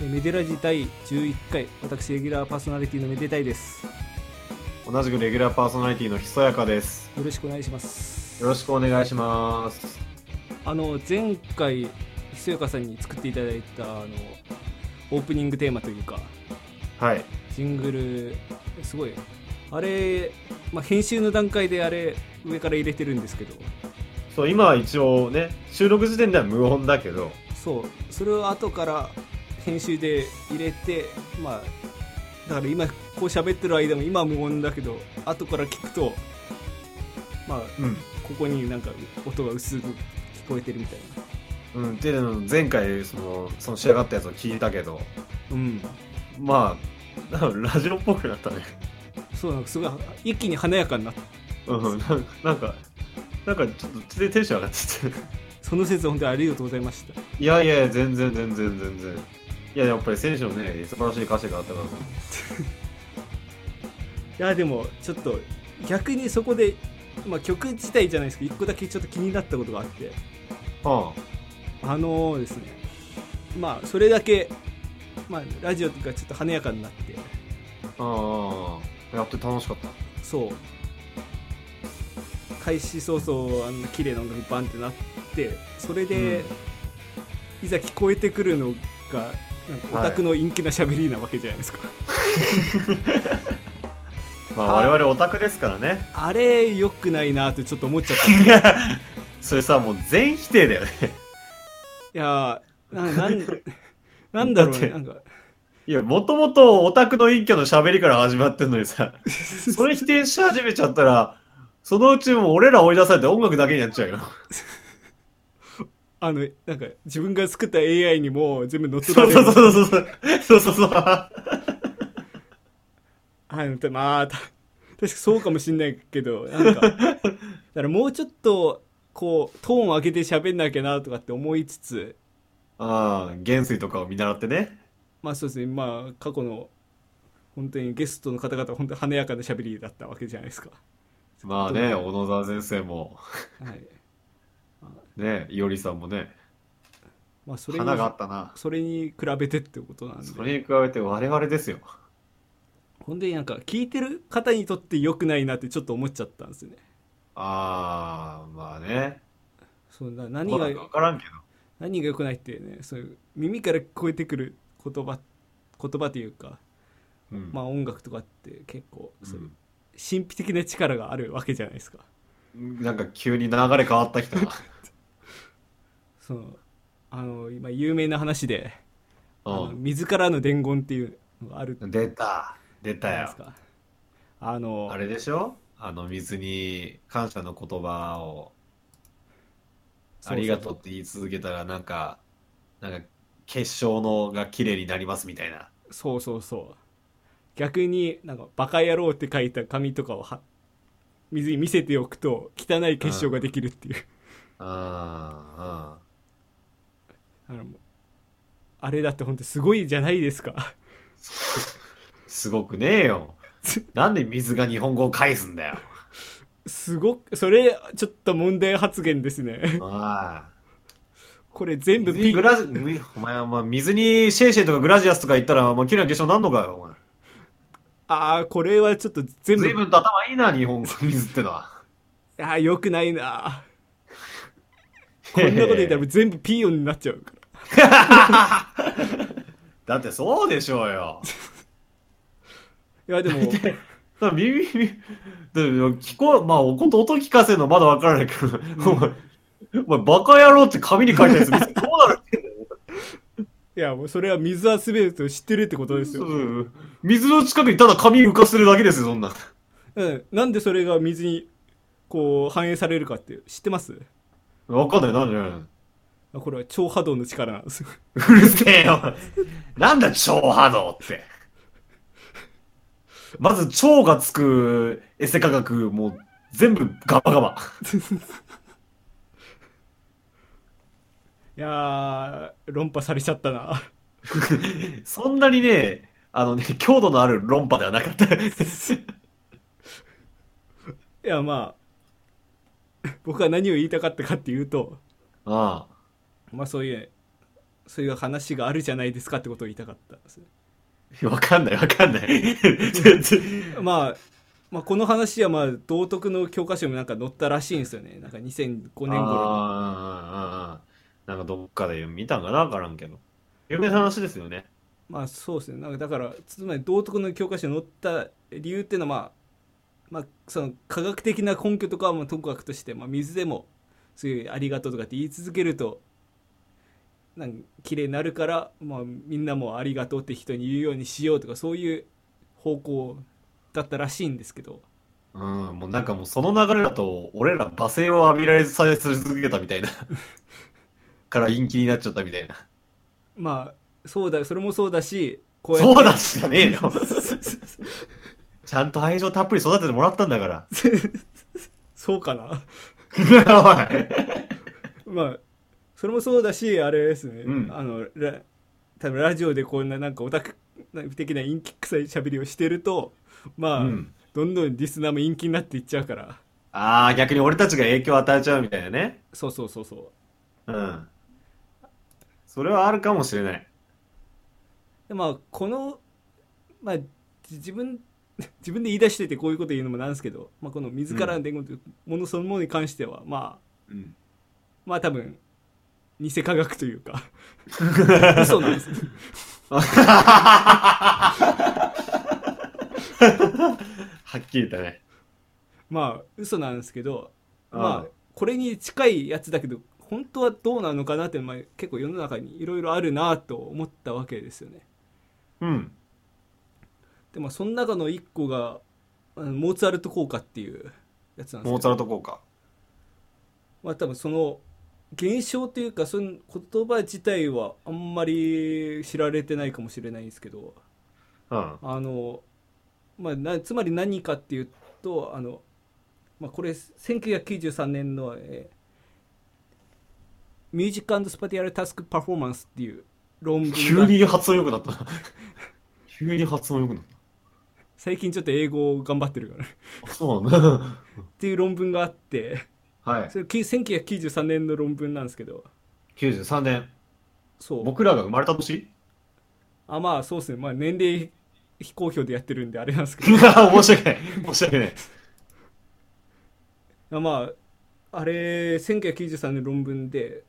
えーメデラジ第11回私レギュラーパーソナリティのめでたいですよ同じくレギュラーパーソナリティのひそやかです。ろしくお願いしますよろしくお願いします。あの前回ひそやかさんに作っていただいたあのオープニングテーマというかはい。ジングルすごいあれ、まあ、編集の段階であれ上から入れてるんですけどそう、今は一応ね、収録時点では無音だけど、そうそれを後から編集で入れてまあだから今こう喋ってる間も今は無音だけど後から聞くとまあうん。ここになんか音が薄く聞こえてるみたいなうん、っていうのを前回、その、その仕上がったやつを聞いたけど、うんまあ、なんかラジオっぽくなったね。そうなんかすごい一気に華やかになったうん、なんか、なんか、なんかちょっとテンション上がっちゃって。その説は本当にありがとうございましたいやいや、全然全然全然。いや、やっぱり選手のね、素晴らしい歌詞があったから、いやでもちょっと逆にそこで、まあ、曲自体じゃないですけど1個だけちょっと気になったことがあってはあのですねまあそれだけ、まあ、ラジオがちょっと華やかになってあ、ああ、やって楽しかった。そう開始早々あんな綺麗な音楽バンってなってそれで、いざ聞こえてくるのがなんかオタクの陰気な喋りなわけじゃないですか、まあ、はい我々オタクですからね。あれ良くないなってちょっと思っちゃったいや それさもう全否定だよねいやーななん なんだろうねだなっんかいやもともとオタクの隠居の喋りから始まってんの にさそれ否定し始めちゃったらそのうちもう俺ら追い出されて音楽だけになっちゃうよあのなんか自分が作った AI にも全部乗っ取らそれうるそうそうそうそうそうそうそうあのたまあた確かそうかもしんないけどなん かだからもうちょっとこうトーンを上げて喋んなきゃなとかって思いつつああ元帥とかを見習ってねまあそうですねまあ過去の本当にゲストの方々本当に華やかな喋りだったわけじゃないですか、まあね小野沢先生もはいねいおりさんもねまあ、それに花があったなそれに比べてってことなんそでれに比べて我々ですよ本当になんか聞いてる方にとって良くないなってちょっと思っちゃったんですよねああまあねそうだ何がまあわからんけど何が良くないってねそういう耳から聞こえてくる言葉言葉というか、うんまあ、音楽とかって結構そういううん神秘的な力があるわけじゃないですかなんか急に流れ変わったき たなそのあの今有名な話であうのん水からの伝言っていうのがあるじ出た出ゃたないでよすかあのあれでしょあの水に感謝の言葉をそうそうそうありがとうって言い続けたらなんかなんか結晶のが綺麗になりますみたいなそうそうそう逆になんか「バカ野郎」って書いた紙とかをは水に見せておくと汚い結晶ができるっていうあーああのあれだって本当すごいじゃないですかーすごくねえ よつなんで水が日本語を返すんだよすごくそれちょっと問題発言ですねああこれ全部水ピにーグラジお前はまあ水にシェイシェイとかグラジアスとか言ったらまあ綺麗な結晶なんのかよお前ああこれはちょっと全随部分と頭いいな日本語水ってのはああよくない なこんなこと言ったら全部ピーヨンになっちゃうからだってそうでしょうよいやで もだから耳、耳、だから聞こえ、まあ、ほんと音聞かせるのまだわからないけど、お前、お前バカ野郎って紙に書いたやつ、どうなるってんだよいやもうそれは水は全てと知ってるってことですようん水の近くにただ紙浮かせるだけですよ、そんな。うん、なんでそれが水にこう反映されるかって知ってますわかんない、なんでこれは超波動の力なんですよ うるせえよ。なんだ、超波動って。まず、超がつくエセ科学、もう、全部ガバガバ。いやー論破されちゃったな そんなにね、あのね、強度のある論破ではなかった。いやま あ僕は何を言いたかったかっていうとああ。まあそういうそういう話があるじゃないですかってことを言いたかったです わかんないわかんない。全然まあ、まあこの話はまあ道徳の教科書にもなんか載ったらしいんですよねなんか2005あー年頃あーあーなんかどっかで見たんかなわからんけど。有名な話ですよね。にまあそうですねなんかだからつまり道徳の教科書に載った理由っていうのはまあまあその科学的な根拠とかはまあともかくとして、まあ、水でもそういう「ありがとう」とかって言い続けるとなんか綺麗になるから、まあ、みんなも「ありがとう」って人に言うようにしようとかそういう方向だったらしいんですけどうん、もうなんかもうその流れだと、俺ら罵声を浴びられされ続けたみたいな。 から陰気になっちゃったみたいな。まあそうだそれもそうだしこうやってそうだしじゃねえよ。ちゃんと愛情たっぷり育ててもらったんだから。 そうかなおまあそれもそうだしあれですね、うんあのラ多分ラジオでこんななんかオタク的な陰気臭い喋りをしてるとまあ、いうん、どんどんリスナーも陰気になっていっちゃうからああ、逆に俺たちが影響を与えちゃうみたいなね。そうそうそうそううん。それはあるかもしれない。でまあこのまあじ自分 自分で言い出しててこういうこと言うのもなんですけど、まあ、この自らの伝言というものそのものに関しては、まあうん。まあ多分偽科学という か嘘なんですはっきり言ったね。まあ嘘なんですけどあまああこれに近いやつだけど本当はどうなのかなって、まあ、結構世の中にいろいろあるなと思ったわけですよね。うん。でまあその中の一個があのモーツァルト効果っていうやつなんですモーけツどァルト効果。まあ多分その現象というかその言葉自体はあんまり知られてないかもしれないんですけどうん。あの、まあ、なつまり何かっていうとあの、まあ、これ1993年の、えー、ミュージックスパティアルタスクパフォーマンスっていう論文が急に発音良くな ったな。急に発音良くなっ最近ちょっと英語を頑張ってるからね た。あそうなんだ。っていう論文があってはい。それ1993年の論文なんですけど93年。そう僕らが生まれた年あまあそうですね、まあ、年齢非公表でやってるんであれなんですけ 申し訳ない。申し訳ない。どまああれ1993年の論文で、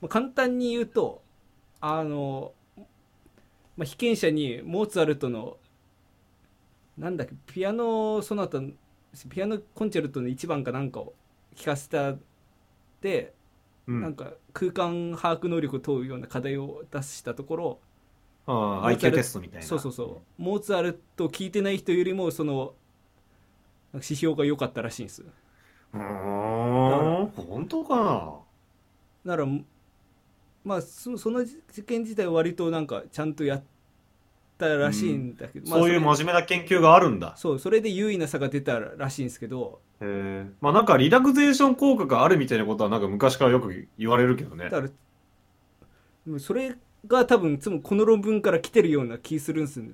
まあ、簡単に言うとあの、まあ、被験者にモーツァルトのなんだっけピアノソナタピアノコンチェルトの1番かなんかを聞かせたで、うなんん。か空間把握能力を問うような課題を出したところあモーーツァ IQ ルテストみたいな。そうそうそうモーツァルト聞いてない人よりもそのなんか指標が良かったらしいんですうーん。本当かなだからまあそその実験自体は割となんかちゃんとやったらしいんだけど、まあそういうれ真面目な研究があるんだ。そうそれで優位な差が出たらしいんですけどへえ。まあなんかリラクゼーション効果があるみたいなことはなんか昔からよく言われるけどねだ。からでもそれが多分いつもこの論文から来てるような気するんですよね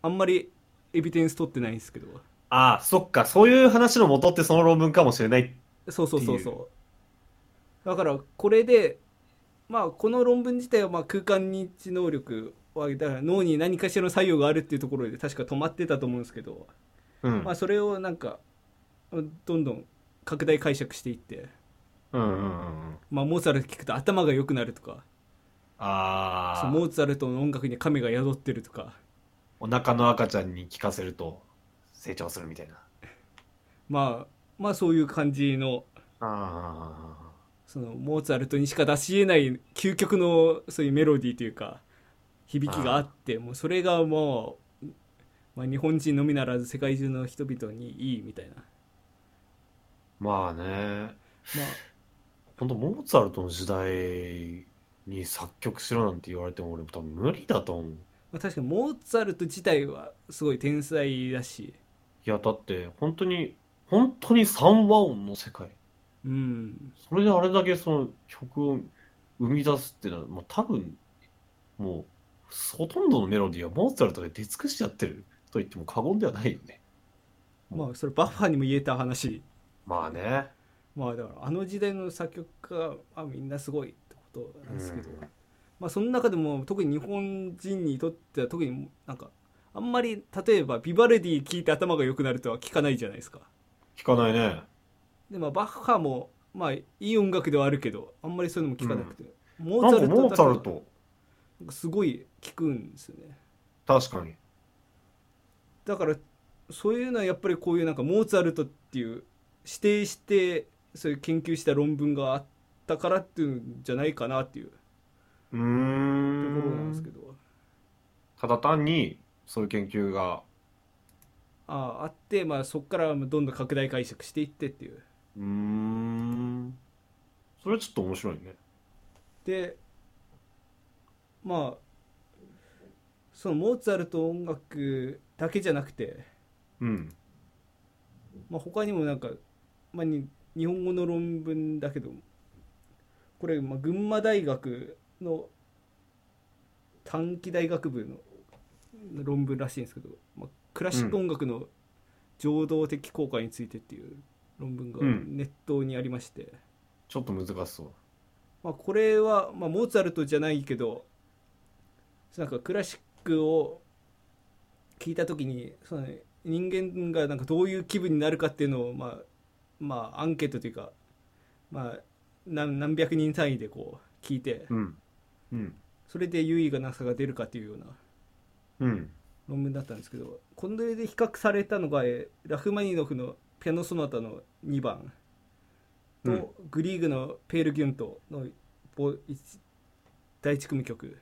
あんまりエビデンス取ってないんですけどああ、そっか。そういう話の元ってその論文かもしれない。そうそうそうっそうだからこれでまあこの論文自体はまあ空間認知能力はだから脳に何かしらの作用があるっていうところで確か止まってたと思うんですけど、うんまあ、。それをなんかどんどん拡大解釈していって、うんうんうんうん。まあ、モーツァルト聞くと頭が良くなるとかあそあう。モーツァルトの音楽に亀が宿ってるとかお腹の赤ちゃんに聞かせると成長するみたいな。まあまあそういう感じのあそのモーツァルトにしか出し得ない究極のそういうメロディーというか響きがあってもうそれがもう、まあ、日本人のみならず世界中の人々にいいみたいな、まあ。まあね。あ、本当モーツァルトの時代に作曲しろなんて言われても俺多分無理だと思う。まあ確かにモーツァルト自体はすごい天才だしいや、だって本当に、本当に三和音の世界。うんそれであれだけその曲を生み出すっていうのは、まあ、多分、もう、ほとんどのメロディーはモーツァルトで出尽くしちゃってると言っても過言ではないよね。まあそれバッファーにも言えた話まあね。まあだからあの時代の作曲家はみんなすごいってことなんですけど、うんまあ、その中でも特に日本人にとっては特になんかあんまり例えばビバルディ聞いて頭が良くなるとは聞かないじゃないですか聞かないね。でまあバッハもまあいい音楽ではあるけどあんまりそういうのも聞かなくて、モなんかモーだツけァルト。なんかすごい聞くんですよね確かに。だからそういうのはやっぱりこういうなんかモーツァルトっていう指定してそういう研究した論文があったからっていうんじゃないかなっていうとうーころなんですけん。どただ単に、そういう研究が。あああって、まあ、そこからどんどん拡大解釈していってっていううーん。それはちょっと面白いね。でまあそのモーツァルト音楽だけじゃなくて、うん。まあ、他にもなんか、まあ、に日本語の論文だけどこれ、まあ、群馬大学の短期大学部の論文らしいんですけど、まあ、クラシック音楽の情動的効果についてっていう論文がうんネットにありまして、ちょっと難しそう。まあ、これは、まあ、モーツァルトじゃないけどなんかクラシックを聞いた時にその人間がなんかどういう気分になるかっていうのを、まあまあ、アンケートというか、まあ、何何百人単位でこう聞いてうん。うん。それで優位がなさが出るかっていうようなうん。論文だったんですけどこれで比較されたのがえーラフマニノフのピアノ・ソナタの2番と、うんグリーグのペール・ギュントのぼ一第一組曲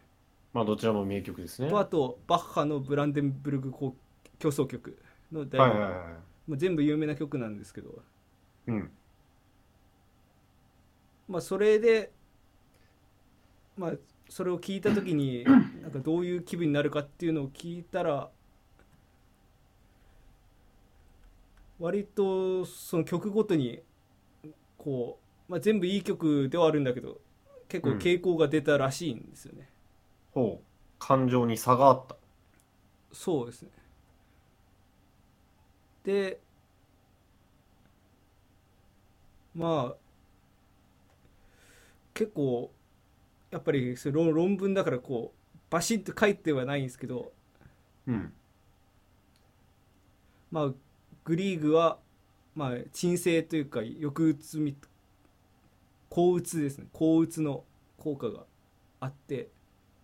まあ、どちらも名曲ですね。とあはとバッハのブランデンブルグ交競争曲のい第はい二はいはもう全部有名な曲なんですけど、い。うん。まあ、それで、まあ、それを聞いた時になんかどういう気分になるかっていうのを聞いたら割とその曲ごとにこう、まあ、全部いい曲ではあるんだけど結構傾向が出たらしいんですよね。ほう。感情に差があった。そうですね。でまあ結構やっぱりそれ論論文だからこうバシッと書いてはないんですけどうん。まあグリーグはまあ鎮静というか抑うつみ抗うつですね抗うつの効果があって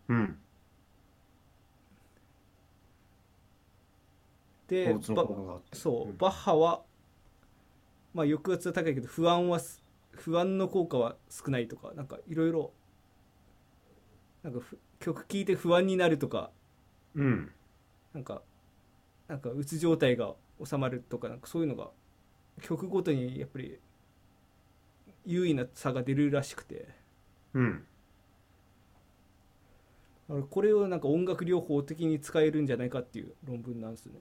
うん。で交通ばのことがあってそううんバッハは、まあ、抑圧は高いけど不安はす不安の効果は少ないとかなんかいろいろなんかふ曲聴いて不安になるとかうん。なんかなんかうつ状態が収まるとかなんかそういうのが曲ごとにやっぱり優位な差が出るらしくてうん。だからこれをなんか音楽療法的に使えるんじゃないかっていう論文なんですね。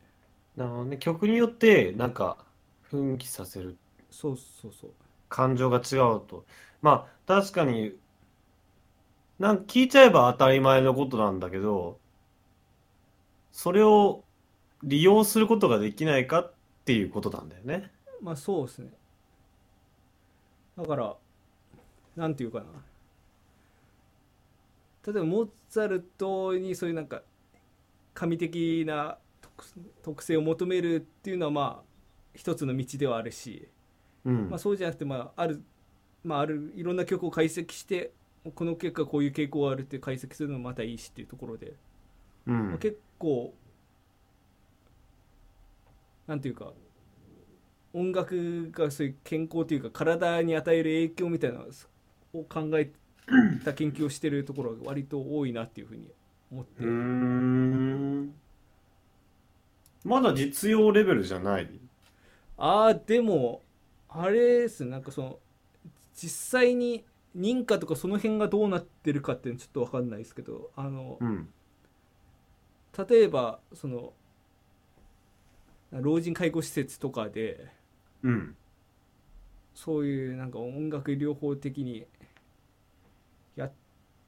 なるほどね。曲によって、なんか、奮起させるそうそうそう感情が違うと。まあ、確かに、なんか聞いちゃえば当たり前のことなんだけど、それを利用することができないかっていうことなんだよね。まあそうですねだからなんていうかな例えばモーツァルトにそういうなんか神的な特特性を求めるっていうのはまあ一つの道ではあるし、うん。まあ、そうじゃなくてまあある,、まあ、あるいろんな曲を解析してこの結果こういう傾向があるって解析するのもまたいいしっていうところで、うまあん。結構なんていうか音楽がそういう健康というか体に与える影響みたいなのを考えた研究をしてるところが割と多いなっていうふうに思って、うーん。まだ実用レベルじゃない。ああでもあれですねなんかその実際に認可とかその辺がどうなってるかっていうのちょっと分かんないですけどあの、うん。例えばその老人介護施設とかでうん。そういうなんか音楽療法的にやっ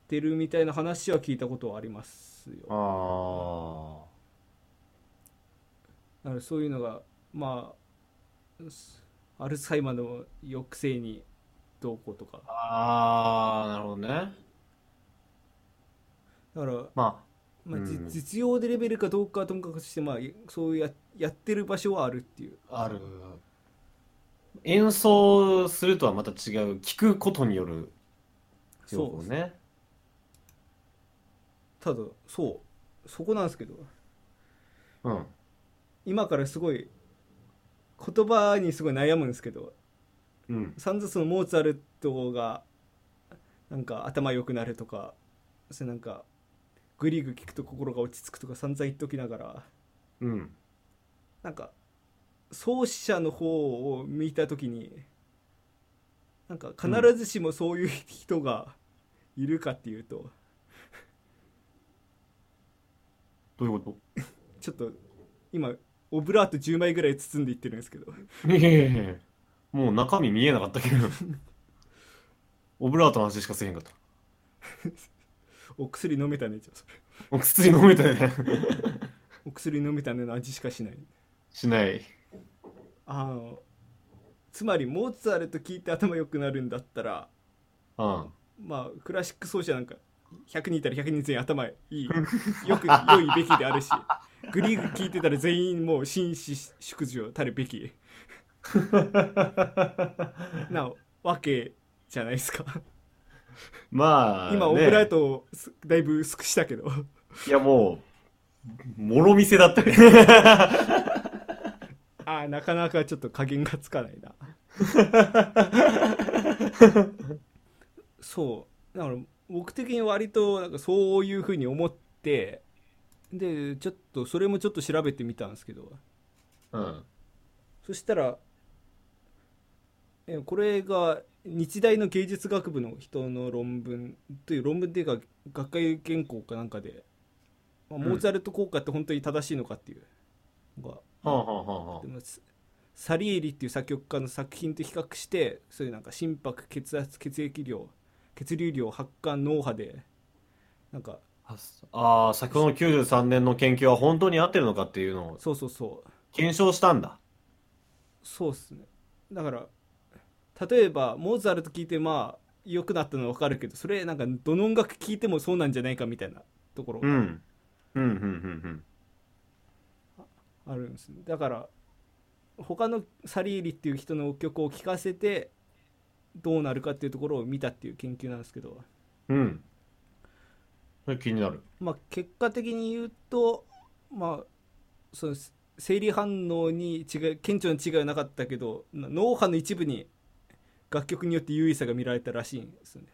てるみたいな話は聞いたことはありますよ。ああ。だからそういうのがまあアルツハイマーの抑制にどうこうとかああ、なるほどね。だから、ままあじうん実用でレベルかどうかはともかくとして、まあ、そうややってる場所はあるっていうあ、ある。演奏するとはまた違う、聞くことによる情報ね。ただそうそこなんですけどうん。今からすごい言葉にすごい悩むんですけどうん。散々そのモーツァルトがなんか頭良くなるとかそれなんかグリーグ聞くと心が落ち着くとか散々言っときながらうん。なんか創始者の方を見た時になんか必ずしもそういう人がいるかっていうと、どういうこちょっと今オブラート10枚ぐらい包んでいってるんですけどといやいやいやいやもう中身見えなかったけど。オブラートの話しかせえへんかった。お薬飲めたねじゃあそれお薬飲めたよね。お薬飲めたねの味しかしないしない。あのつまりモーツァルト聞いて頭良くなるんだったらうん。まあクラシック奏者なんか100人いたら100人全員頭い いよく良いべきであるしグリーグ聞いてたら全員もう紳士淑女たるべき なわけじゃないですかまあ、今オねブラートをすだいぶ薄くしたけどいやもう、もろ見せだったね。ああなかなかちょっと加減がつかないなそうだから僕的に割となんかそういうふうに思ってでちょっとそれもちょっと調べてみたんですけどうん。そしたらえこれが日大の芸術学部の人の論文という論文っていうか学会原稿かなんかで、まあうんモーツァルト効果って本当に正しいのかっていうのがはあはあはあはでもササリエリっていう作曲家の作品と比較してそういうなんか心拍血圧血液量血流量発汗脳波でなんかあ。ああ、先ほどの93年の研究は本当に合ってるのかっていうのをそうそうそう検証したんだ。そうっすねだから例えばモーツァルト聞いてまあ良くなったのは分かるけどそれなんかどの音楽聞いてもそうなんじゃないかみたいなところうがん。うん、うん、うん、あるんですね、だから他のサリエリっていう人の曲を聴かせてどうなるかっていうところを見たっていう研究なんですけどうん。うん。それ気になる。まあ、結果的に言うと、まあ、その生理反応に違い顕著な違いはなかったけどな脳波の一部に楽曲によって優位さが見られたらしいんですよね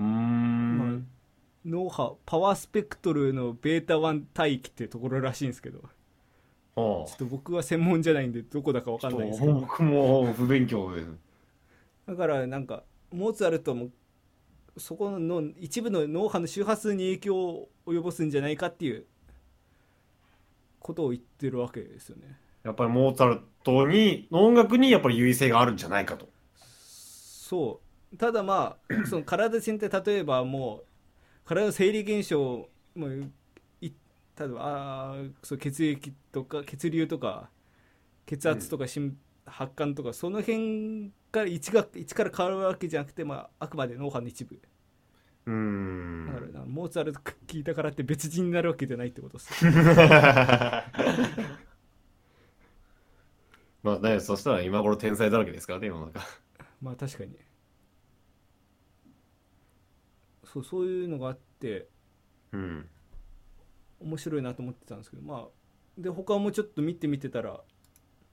うーん。脳波パワースペクトルのベータ1帯域っていうところらしいんですけどちょはあっ。と僕は専門じゃないんでどこだか分かんないんですけど僕も不勉強です。だからなんかモーツァルトもそこの一部の脳波の周波数に影響を及ぼすんじゃないかっていうことを言ってるわけですよねやっぱりモーツァルトに、の音楽にやっぱり優位性があるんじゃないかと。そうただまあその体全体例えばもう体の生理現象もうい例えばあーそう血液とか血流とか血圧とか心、発汗とかその辺から一が一から変わるわけじゃなくて、まあ、あくまで脳波の一部うーだからん。なモーツァルト聞いたからって別人になるわけじゃないってことですまあね、そしたら今頃天才だらけですからね、世の中。まあ確かにそうそういうのがあってうん。面白いなと思ってたんですけどまあで他もちょっと見てみてたら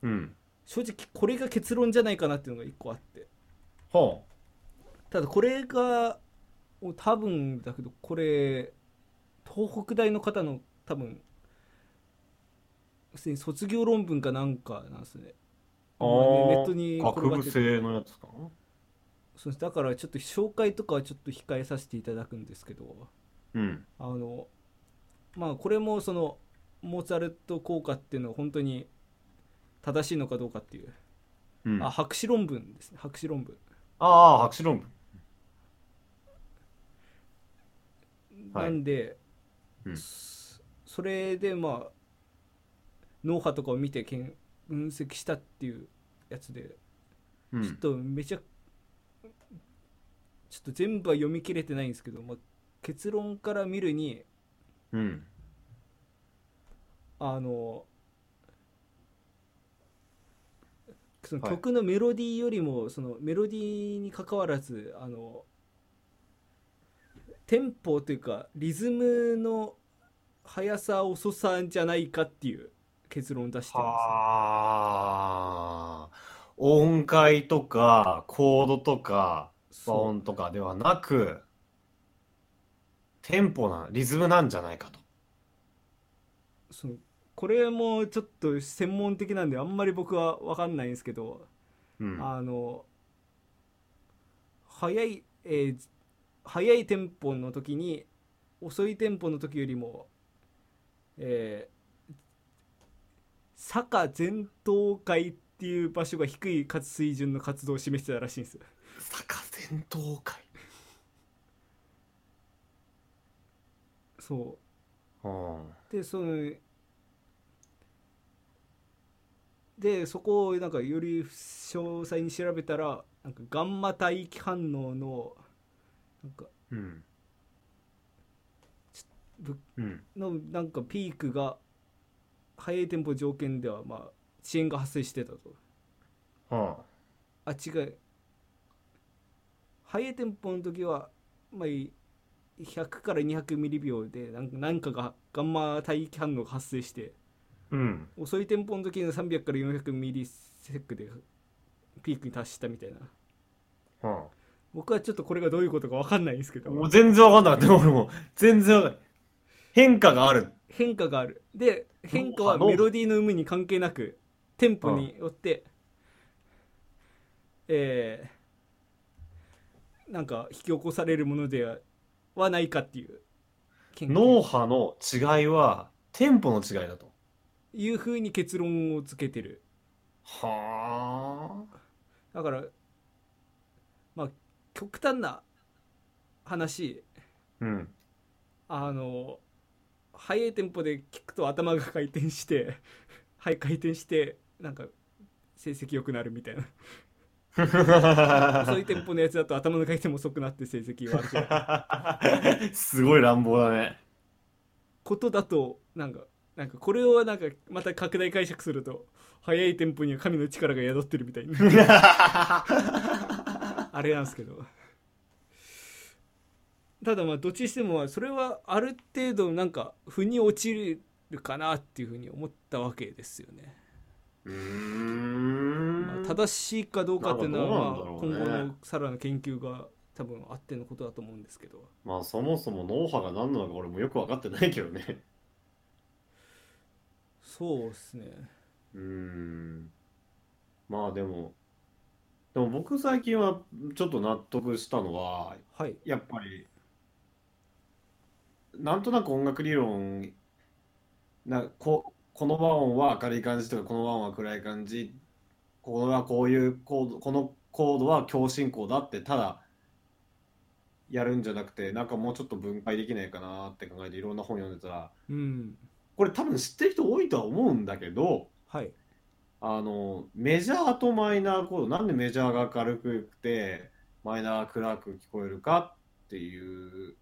うん。正直これが結論じゃないかなっていうのが一個あってほただこれがお多分だけどこれ東北大の方の多分普通に卒業論文かなんかなんですねう。まあねネあットにー転学がっ部てて生のやつかなそうですだからちょっと紹介とかはちょっと控えさせていただくんですけどうん。あのまあこれもそのモーツァルト効果っていうのは本当に正しいのかどうかっていううん、ああ博士論文ですね博士論文あー、博士論文。はいなんで、うんそそれでまあ脳波とかを見てけん分析したっていうやつで、うちょっん。とめちゃちょっと全部は読み切れてないんですけど、まあ、結論から見るにうん。あのそのはい曲のメロディーよりもそのメロディーに関わらずあのテンポというかリズムの速さ遅さじゃないかっていう結論を出してるんですねはあ。音階とか、コードとか、和そう音とかではなく、テンポな、リズムなんじゃないかと。そのこれもちょっと専門的なんであんまり僕は分かんないんですけどうん。あの速い、えー速いテンポの時に遅いテンポの時よりも、えー坂前頭階っていう場所が低い活水準の活動を示してたらしいんですよ坂前頭会。そうん。うでそのでそこをなんかより詳細に調べたらなんかガンマ帯域反応のなんかうん。ぶうん。のなんかピークが速いテンポ条件ではまあ遅延が発生してたとはああ。違う速いテンポの時はまあい100から200ミリ秒でなんか何かがガンマ帯域反応が発生してうん。遅いテンポの時には300から400ミリセックでピークに達したみたいなは僕はちょっとこれがどういうことか分かんないんですけあ。どもう全然わかんなかった。でも俺も、全然わかんない。変化がある。変化があるで変化はどうかどうかメロディーの有無に関係なくテンポによって、えーなんか引き起こされるものではないかっていう研究脳波の違いは、テンポの違いだと。いうふうに結論をつけてるはあ。だからまあ極端な話うん。あの速いテンポで聞くと頭が回転して はい回転してなんか成績良くなるみたいな遅いテンポのやつだと頭の回転も遅くなって成績悪くなる すごい乱暴だ ね。ことだとなんかなんかこれをなんかまた拡大解釈すると速いテンポには神の力が宿ってるみたいな あれなんですけどただまあどっちにしてもそれはある程度なんか腑に落ちるかなっていうふうに思ったわけですよね、うーまあん。正しいかどうかっていうのはまあなんかどうなん今後だろうねのさらな研究が多分あってのことだと思うんですけどまあそもそも脳波が何なのか俺もよく分かってないけどね。そうですねうーん。まあでも、でも僕最近はちょっと納得したのは、はいやっぱり、なんとなく音楽理論、なこ、この和音は明るい感じとか、この和音は暗い感じ、これはこういうコード、このコードは強振コードだって、ただやるんじゃなくて、なんかもうちょっと分解できないかなって考えて、いろんな本読んでたら、うんこれ多分知ってる人多いとは思うんだけど、はいあの、メジャーとマイナーコード、なんでメジャーが軽くて、マイナーが暗く聞こえるかっていう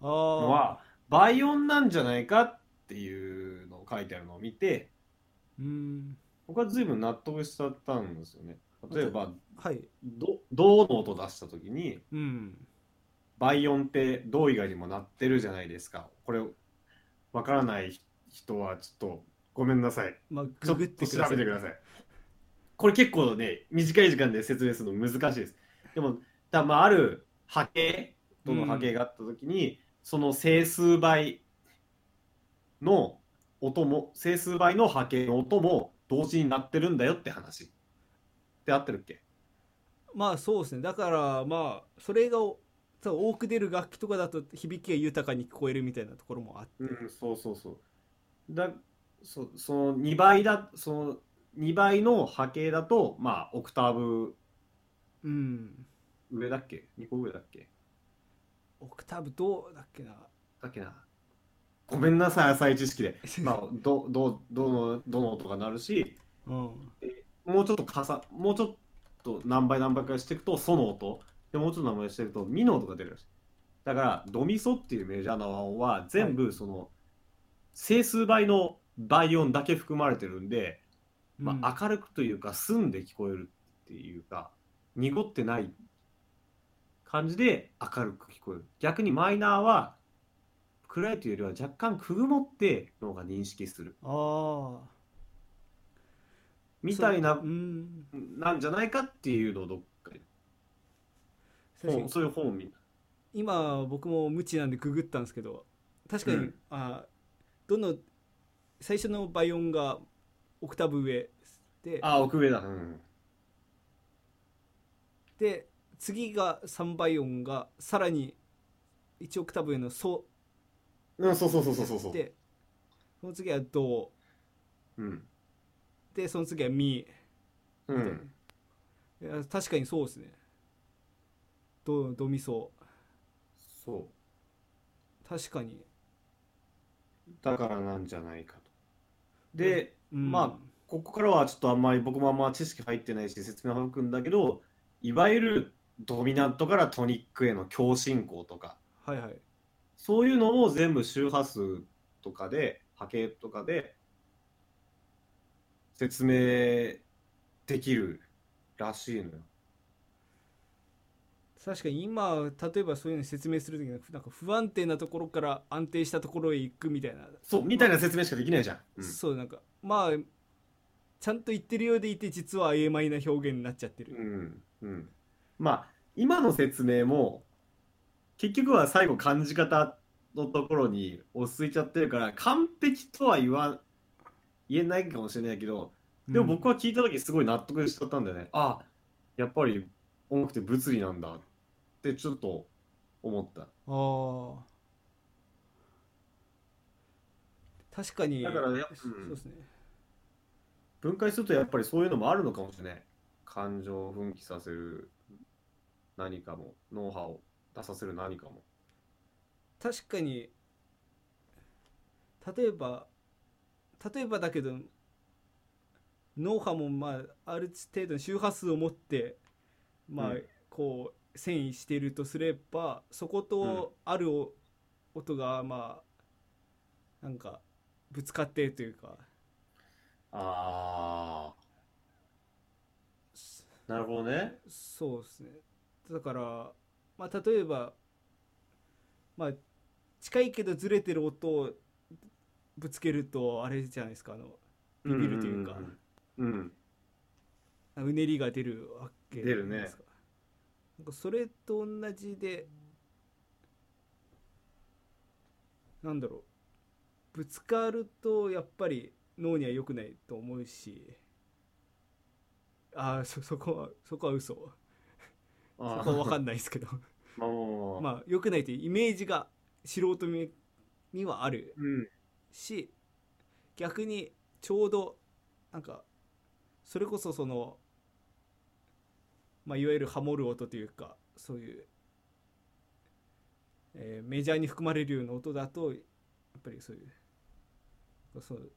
あのあは倍音なんじゃないかっていうのを書いてあるのを見てうん僕は随分納得しちゃったんですよね例えばはいドドの音出した時にうん倍音ってド以外にも鳴ってるじゃないですかこれわからない人はちょっとごめんなさいまあちょグっグっとてく調ださべいてくださいこれ結構ね短い時間で説明するの難しいですでもだまあある波形どの波形があった時に、その整数倍の音も整数倍の波形の音も同時になってるんだよって話って合ってるっけまあそうですねだからまあそれがおそう多く出る楽器とかだと響きが豊かに聞こえるみたいなところもあって、うん、そうそうそう。だ、そ、その2倍だ、その2倍の波形だと、まあ、オクターブうん、上だっけ ?2 個上だっけオクターブどうだっけなだっけな。ごめんなさい、浅い知識で。まあ、ど、ど、どの、どの音が鳴るし、うんもうちょっとかさ、もうちょっと何倍何倍かしていくと、ソの音。で、もうちょっと何倍していくと、ミの音が出るらしい。だからドミソっていうメジャーな和音は全部その整数倍の倍音だけ含まれてるんで、まあ、明るくというか澄んで聞こえるっていうか濁ってない感じで明るく聞こえる逆にマイナーは暗いというよりは若干くぐもって脳が認識するああみたいなうんなんじゃないかっていうのをどっかに確か本にそういう本を見今僕も無知なんでググったんですけど確かに、うんあどの最初の倍音がオクターブ上であ奥上だうんで次が3倍音がさらに1オクターブ上の「ソうんそうそうそうそうそうそ」うでその次は「ドうん」でその次は「ミうみたいんいや確かにそうですねドドミソそう確かにだからなんじゃないかと。で、うんまあここからはちょっとあんまり僕もあんま知識入ってないし説明省くんだけどいわゆるドミナントからトニックへの強進行とかはいはいそういうのを全部周波数とかで波形とかで説明できるらしいのよ。確かに今例えばそういうの説明するときになんか不安定なところから安定したところへ行くみたいな、そうみたいな説明しかできないじゃん。うんそうなんかまあちゃんと言ってるようでいて実は曖昧な表現になっちゃってる、うんうん、まあ今の説明も結局は最後感じ方のところに落ち着いちゃってるから完璧とは言わ言えないかもしれないけどでも僕はは聞いた時すごい納得しちゃったんだよね、あやっぱり音楽って物理なんだってちょっと思ったああ確かにだからねそうんそうですね分解するとやっぱりそういうのもあるのかもしれない感情を奮起させる何かも脳波を出させる何かも確かに例えば例えばだけど脳波もまあある程度の周波数を持ってまあうんこう遷移しているとすればそことあるお音がまあなんかぶつかってというかあそあなるほどねそうですねだからまあ例えばまあ近いけどずれてる音をぶつけるとあれじゃないですかあのビビるというかうんうんうんうねりが出るわけ出るねですかなんかそれと同じでなんだろうぶつかるとやっぱり脳には良くないと思うしああそそこはそこは嘘そこあはあ分かんないですけどまあまあまあまあまあ良くないというイメージが素人目にはあるうんし逆にちょうどなんかそれこそその、まあ、いわゆるハモる音というかそういう、えーメジャーに含まれるような音だとやっぱりそういうそう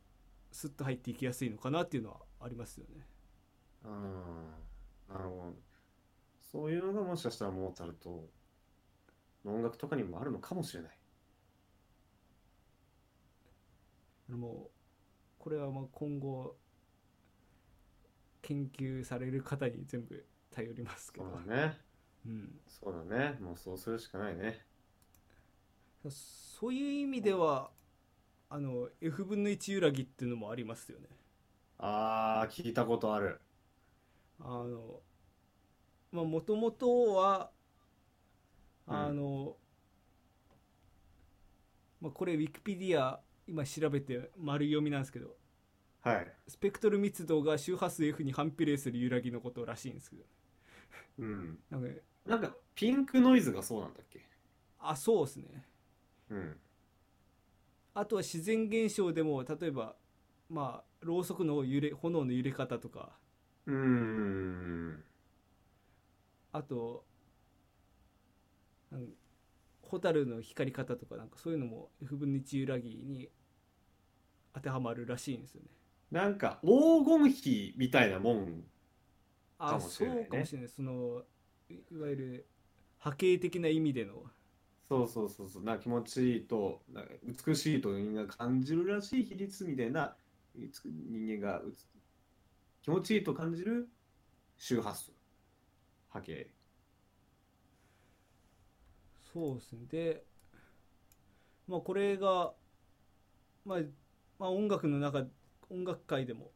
スッと入っていきやすいのかなっていうのはありますよね。あーなるほどそういうのがもしかしたらモーツァルトの音楽とかにもあるのかもしれないもうこれはまあ今後研究される方に全部頼りますけそど。うだねうんそうだねもうそうするしかないねそういう意味ではあの F 分の1揺らぎっていうのもありますよねあー聞いたことあるあのまあもともとはうんあの、まあ、これウィキペディア今調べて丸読みなんですけどはいスペクトル密度が周波数 F に反比例する揺らぎのことらしいんですけどうんなんかねなんかピンクノイズがそうなんだっけあそうですねうんあとは自然現象でも例えばまあろうそくの揺れ炎の揺れ方とかうーんあとなん蛍の光り方とかなんかそういうのも F 分の1揺らぎに当てはまるらしいんですよね。なんか黄金比みたいなもんあかもしれないねそうかもしれないそのいいわゆる波形的な意味でのそうそうそうそう、なんか気持ちいいと、なんか美しいと人間が感じるらしい比率みたいな、いつ人間がうつ気持ちいいと感じる周波数、波形。そうですねで、まあ、これが、まあ、まあ音楽の中音楽界でも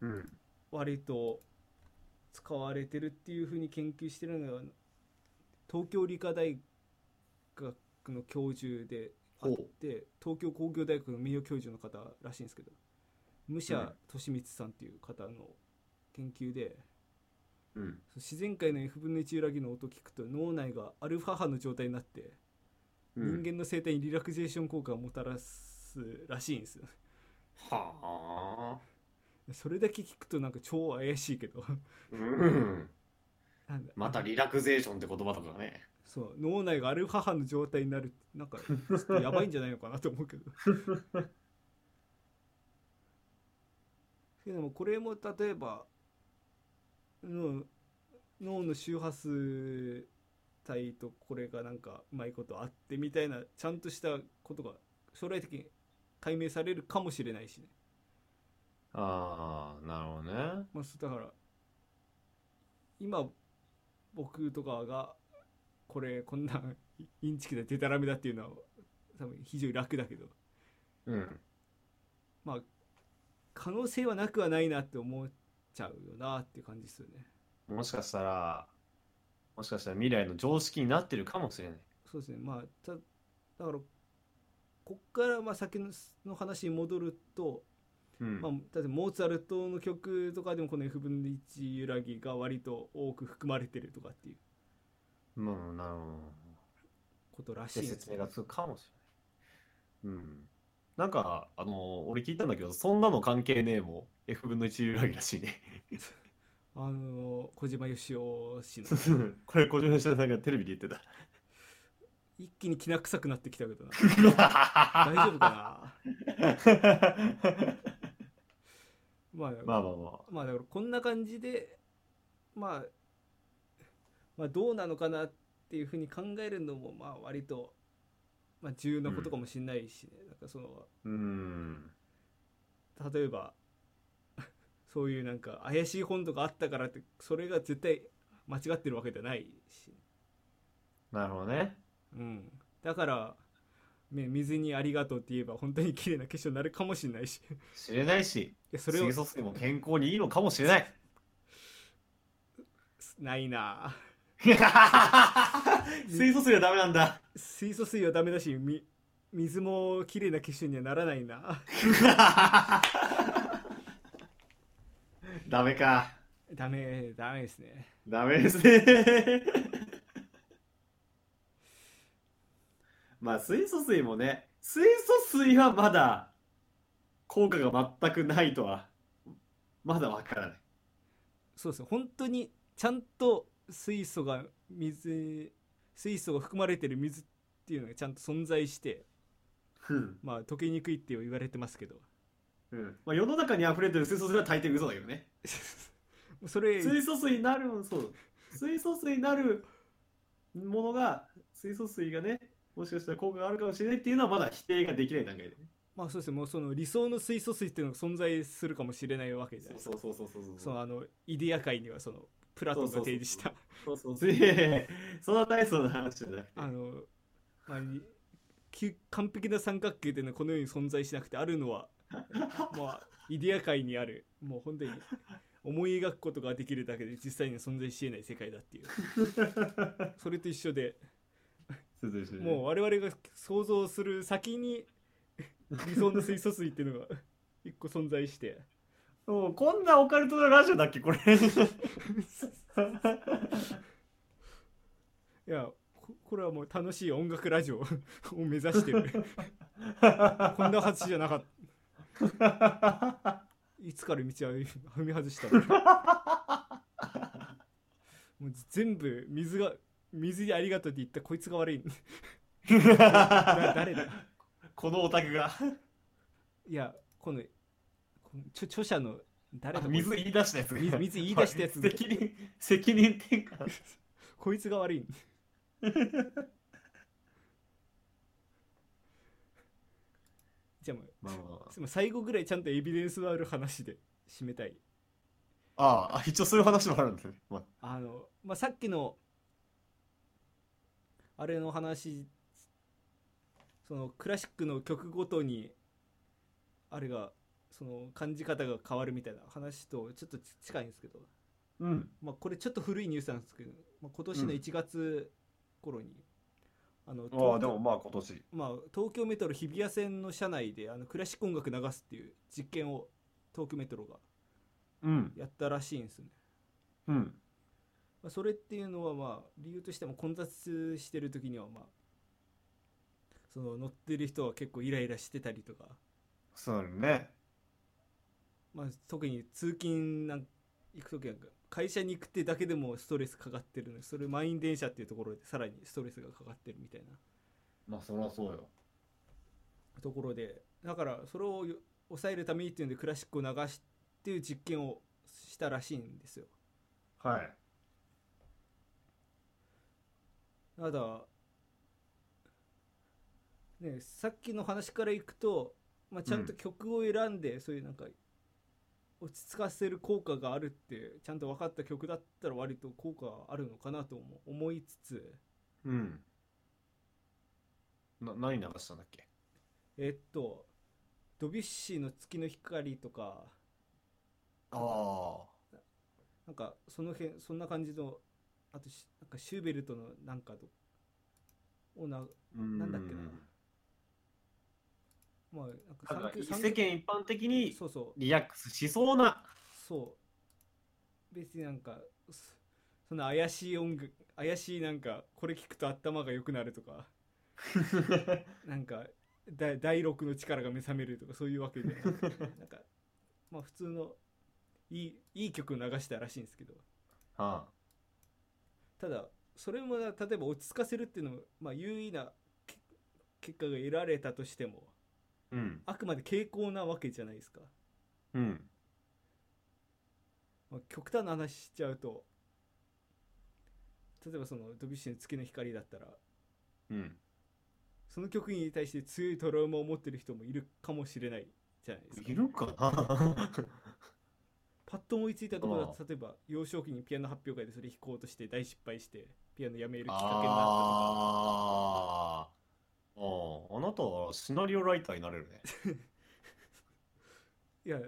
うん。割と使われてるっていうふうに研究してるのが東京理科大学の教授であって東京工業大学の名誉教授の方らしいんですけど武者俊光さんっていう方の研究で、うん。自然界の F 分の1揺らぎの音を聞くと脳内がアルファ波の状態になってうん人間の生態にリラクゼーション効果をもたらすらしいんですよはあ。それだけ聞くとなんか超怪しいけどうん。なんだまたリラクゼーションって言葉とかね。そう脳内がアルファ波の状態になるってなんかちょっとやばいんじゃないのかなと思うけどけどもこれも例えばの脳の周波数帯とこれがなんかうまいことあってみたいなちゃんとしたことが将来的に解明されるかもしれないしね、ああ、なるほどね。まあ、そうだから今僕とかがこれこんなインチキだデタラメだっていうのは多分非常に楽だけどうん。まあ可能性はなくはないなって思っちゃうよなっていう感じですよねもしかしたら、もしかしたら未来の常識になってるかもしれない。そうですねまあただからこっからまあ先のの話に戻ると、うんまあ、だってモーツァルトの曲とかでもこの F 分の1揺らぎが割と多く含まれてるとかっていうまあ、なるほど。ことらしいでんです説明がつくかもしれない。うん。なんか、あの俺聞いたんだけど、そんなの関係ねえも、F 分の1揺らぎらしい ね。あの小島よしお氏の これ、小島さんがテレビで言ってた。一気にきな臭くなってきたけ どな大大丈夫か なまあ、ま まあまあままあだからこんな感じで、まあ、まあどうなのかなっていうふうに考えるのもまあ割と、まあ、重要なことかもしれないしね、なんかそのあ。うん。例えば そういうなんか怪しい本とかあったからってそれが絶対間違ってるわけじゃないし、なるほどね。うん、だから、ね、水にありがとうって言えば本当に綺麗な化粧になるかもしれないしい知れないし、やそれを水素水も健康にいいのかもしれ ない。ないなあ水素水はダメなん だ。水素水はダメだしみ水も綺麗な化粧にはならないな ダメか。ダメダメですねダメですね。 まあ、水素水もね、水素水はまだ効果が全くないとは、まだわからない。そうですね本当にちゃんと水素が水水素が含まれてる水っていうのがちゃんと存在してうん。まあ溶けにくいって言われてますけど うん。まあ、世の中に溢れてる水素水は大抵嘘だけどね。それ水素水になる、そう。水素水になるものが、水素水がね、もしかしたら効果があるかもしれないっていうのはまだ否定ができない段階でね。まあそうですねもうその理想の水素水っていうのが存在するかもしれないわけじゃないですかそうそうそうそうそうそのあのイデア界にはそのプラトンが提示したそうそうそう。い やいやいやそんな大層な話じゃなくて。あの、まあ、にき完璧な三角形っていうのはこの世に存在しなくてあるのはまあイデア界にあるもう本当に思い描くことができるだけで実際には存在しえない世界だっていうそれと一緒でもう我々が想像する先に理想の水素水っていうのが一個存在してうもうこんなオカルトなラジオだっけこれいやここれはもう楽しい音楽ラジオ を目指してるこんなはずじゃなかったいつから道は踏み外したのもう全部水が水にありがとうって言ったこいつが悪いだ誰だこのオタクがいやこのこの著著者の誰だ水こい言い出したやつ水水言い出したやつ 責任責任転換つこいつが悪いじゃあもうまあまあでも最後ぐらいちゃんとエビデンスのある話で締めたいあああ、一応そういう話もあるんですね。まあ、あの、まあ、さっきのあれの話そのクラシックの曲ごとにあれがその感じ方が変わるみたいな話とちょっと近いんですけど、うん。まあ、これちょっと古いニュースなんですけど、まあ、今年の1月頃に、あのああ、東でもまあ今年。まあ、東京メトロ日比谷線の車内であのクラシック音楽流すっていう実験を東京メトロがうん。やったらしいんですね。うん。まあ、それっていうのはまあ理由としても混雑してる時にはまあその乗ってる人は結構イライラしてたりとか、そうなるね。まあ、特に通勤なん行く時なんか会社に行くってだけでもストレスかかってるのにそれ満員電車っていうところでさらにストレスがかかってるみたいなまあそりゃそうよ。ところでだからそれをよ抑えるためにっていうんでクラシックを流しっていう実験をしたらしいんですよはい。ただ、ね、さっきの話からいくと、まあ、ちゃんとうん曲を選んで、そういうなんか落ち着かせる効果があるってちゃんと分かった曲だったら割と効果あるのかなとも思いつつうん。な、何流したんだっけえっとドビュッシーの「月の光」とかああ。なんかその辺そんな感じのあとしなんかシューベルトのなんかとをなうんなんだっけなまあなんかなんか三級三級世間一般的にそうそうリラックスしそうな。そう別になんかそそんな怪しい音楽怪しいなんかこれ聞くと頭が良くなるとか なんかだ第六の力が目覚めるとかそういうわけでなんかまあ普通のいいいい曲を流したらしいんですけど あただそれもな例えば落ち着かせるっていうのも、まあ、優位なけ結果が得られたとしてもあ。うん。あくまで傾向なわけじゃないですか、うん。まあ、極端な話しちゃうと例えばそのドビュッシーの「月の光」だったらうん。その曲に対して強いトラウマを持ってる人もいるかもしれないじゃないですかいる かなパッと思いついたところだあと例えば幼少期にピアノ発表会でそれ弾こうとして大失敗してピアノやめるきっかけになったとかああ。ああ。あなたはシナリオライターになれる ね。いや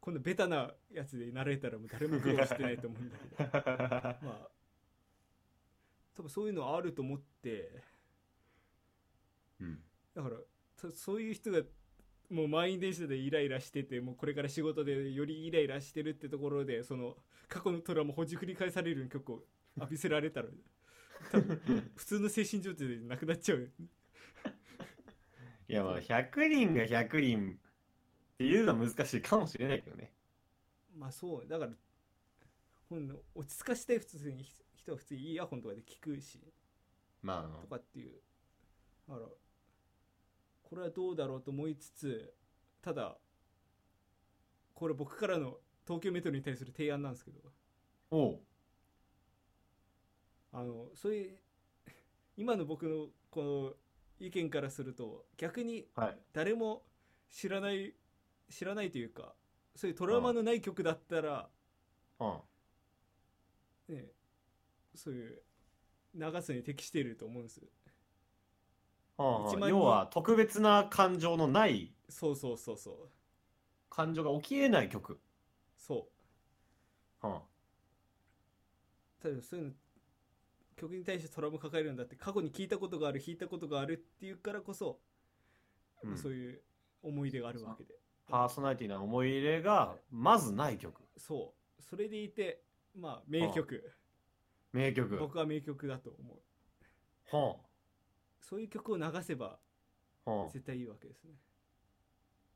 こんなベタなやつで慣れたらもう誰も苦労してないと思うんだけどまあ多分そういうのはあると思ってうん。だからそそういう人がもう満員電車でイライラしててもうこれから仕事でよりイライラしてるってところでその過去のトラウマをほじくり返されるような曲を浴びせられたら多分普通の精神状態でなくなっちゃういやまあ100人が100人っていうのは難しいかもしれないけどね。まあそうだからほんの落ち着かせて普通に人は普通にイヤホンとかで聞くしまああとの、かっていうだからこれはどうだろうと思いつつただこれ僕からの東京メトロに対する提案なんですけどおう。あのそういう今の僕のこの意見からすると逆にはい。誰も知らない知らないというかそういうトラウマのない曲だったら、うん。ね、そういう流すに適していると思うんですうん1うん万人要は特別な感情のないそうそうそうそう感情が起きえない曲。そううん。例えばそういうの曲に対してトラウマ抱えるんだって過去に聞いたことがある弾いたことがあるっていうからこそ、うんそういう思い出があるわけでパーソナリティな思い入れがまずない曲。そうそれでいてまあ名曲名曲。僕は名曲だと思うはそういう曲を流せばあ、は絶対いいわけですね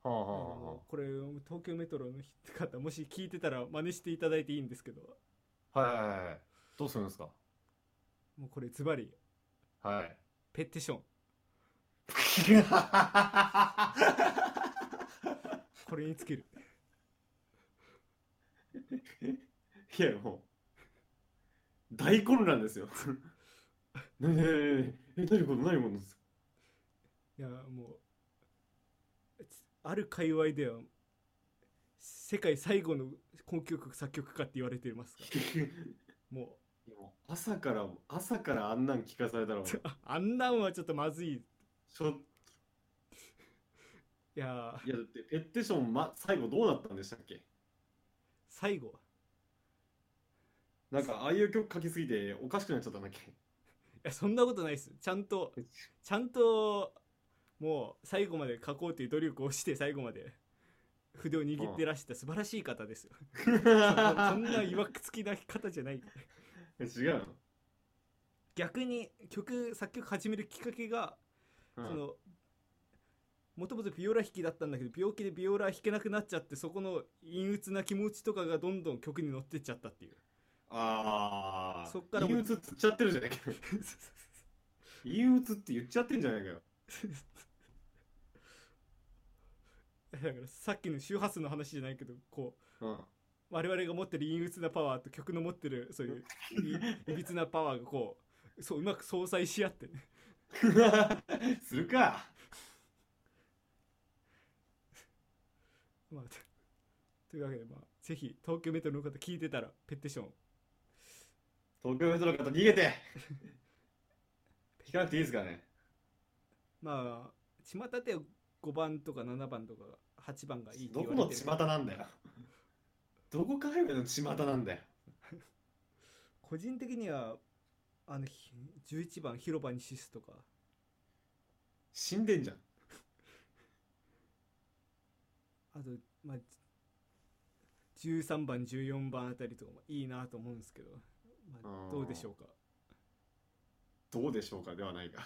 あ、はあ、あはあ、はのこれ東京メトロの方もし聞いてたら真似していただいていいんですけどあ。はいはいはい。どうするんですかもうこれズバリはい。ペッティションこれにつける いや、もう、大混乱ですよ。ねえねえねえねえ、え、何この、何この、いやもうある界隈では世界最後の根拠曲作曲家って言われてますからもいやもう朝から、朝からあんなん聞かされたらもう、う あんなんはちょっとまずいいちょやーいやだって、ペッテション、ま、最後どうなったんでしたっけ最後なんか、ああいう曲書きすぎておかしくなっちゃったんだっ けいやそんなことないですちゃんとちゃんともう最後まで書こうという努力をして最後まで筆を握ってらした素晴らしい方ですよそんなそんないわくつきな方じゃないえ 違うの、逆に曲作曲始めるきっかけがうんそのもともとビオラ弾きだったんだけど病気でビオラ弾けなくなっちゃってそこの陰鬱な気持ちとかがどんどん曲に乗ってっちゃったっていうああ、そっからもう陰鬱つっちゃってるじ ゃないか。陰鬱って言っちゃってんじゃないかよ。だからさっきの周波数の話じゃないけどこううん。我々が持ってる陰鬱なパワーと曲の持ってるそういういいびつなパワーがこうそううまく相殺し合ってね するか。まあ、とというわけで、まあ、ぜひ東京メトロの方聞いてたらペッテション東京メトロの方逃げて。聞かなくていいですからね。まあ巷では5番とか7番とか8番がいいってど言こわれのてる巷なんだよ。どこ界隈の巷なんだよ。個人的にはあのひ11番広場にシスとか死んでんじゃん。あと、まあ、13番14番あたりとかもいいなと思うんですけど、まああ、ーどうでしょうかどうでしょうかではないか。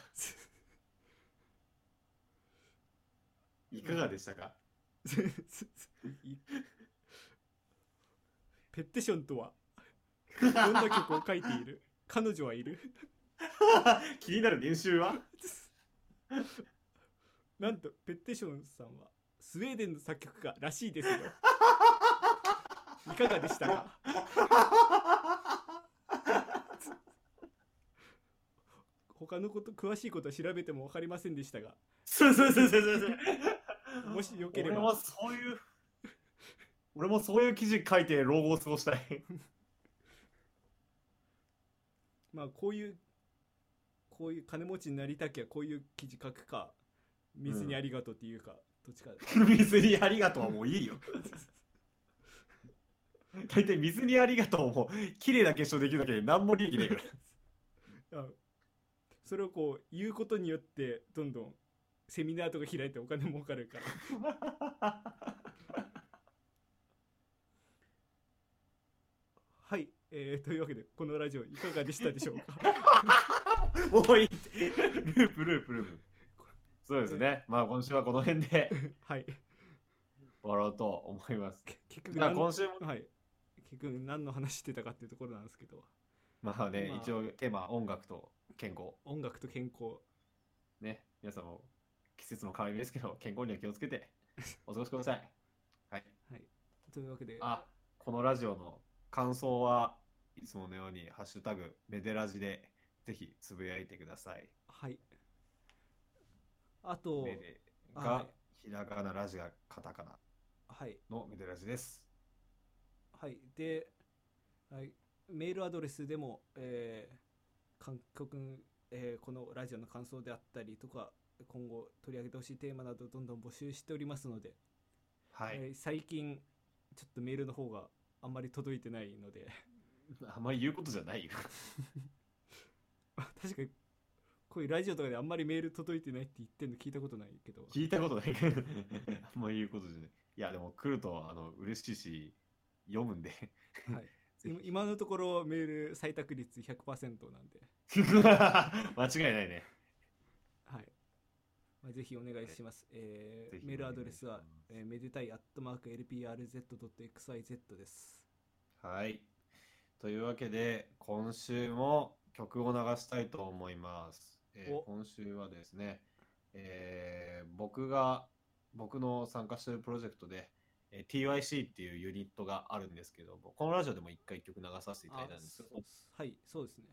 いかがでし たかいペッテションとはどんな曲を書いている彼女はいる気になる年収はなんとペッテションさんはスウェーデンの作曲家らしいですよいかがでしたか他のこと詳しいことは調べても分かりませんでしたがそうそうそう そうそう。もしよけれ俺ばもそういう、俺もそういう記事書いて老後を過ごしたい。まあこういうこういう金持ちになりたきゃこういう記事書くか水にありがとうっていうか、どっちか水にありがとうはもういいよ。大体水にありがとうも綺麗な結晶できるだけで何も利益ないから。あそれをこう言うことによってどんどんセミナーとか開いてお金儲かるから はい、えーというわけでこのラジオいかがでしたでしょう かもういいって。ルー プループループ。そうですね。まあ今週はこの辺ではい終わろうと思い ます。け結局じゃあ何今週も、はい結局何の話してたかっていうところなんですけどまあね、まあ一応テーマは音楽と健康。音楽と健康ね、皆さんも季節の変わり目ですけど、健康には気をつけてお過ごしください。はい。はいというわけであ、このラジオの感想はいつものように、ハッシュタグ、メデラジでぜひつぶやいてください。はいあとメデはがいひらがな、ラジがカタカナはいのメデラジです。はい、で、はい、メールアドレスでも、えー、韓国、えーこのラジオの感想であったりとか今後取り上げてほしいテーマなどどんどん募集しておりますので、はい。えー最近ちょっとメールの方があんまり届いてないので あまり言うことじゃないよ。確かにこういうラジオとかであんまりメール届いてないって言ってるの聞いたことないけど聞いたこ とないけど、あんまり言うことじゃない。いや、でも来るとあの嬉しいし、読むんで。 はい、今今のところメール採択率100%なんで、間違いないね。はいまあ、ぜひお願いします、えーぜひお願いしますメールアドレスは、えーめでたいアットマーク LPRZ.xyz ですはい。というわけで、今週も曲を流したいと思います。えーお今週はですね、えー僕が、僕の参加しているプロジェクトで、えー TYC っていうユニットがあるんですけども、このラジオでも一回曲流させていただいたんですけど、はいそうですね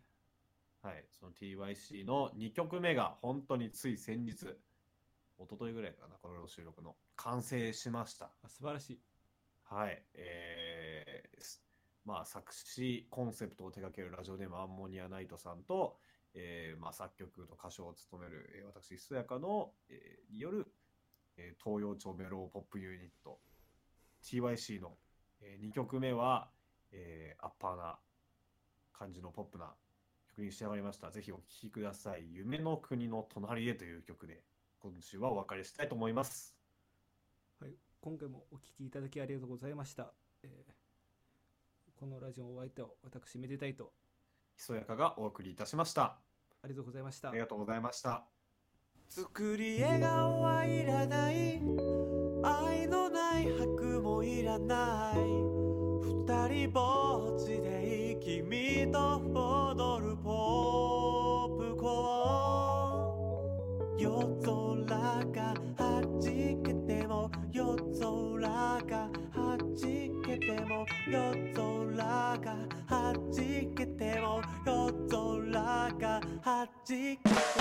はい、その TYC の2曲目が本当につい先日、一昨日ぐらいかな、この収録の。完成しました。あ素晴らしいはい。えーすまあ、作詞、コンセプトを手掛けるラジオネームアンモニアナイトさんと、えーまあ、作曲と歌唱を務める、えー私、すやかの、えーによる、えー東洋町メローポップユニット、TYC の、え2曲目は、えーアッパーな感じのポップな曲に仕上がりました。ぜひお聴きください。夢の国の隣へという曲で、今週はお別れしたいと思います。はい、今回もお聞きいただきありがとうございました。えーこのラジオのお相手を私めでたいとひそやかがお送りいたしました。ありがとうございましたあり。がとうございました。作り笑顔はいらない愛のない白もいらない二人ぼっちでいい君と踊るポップコーン夜空が弾けても夜空が弾けても夜空が弾けても夜空が弾けても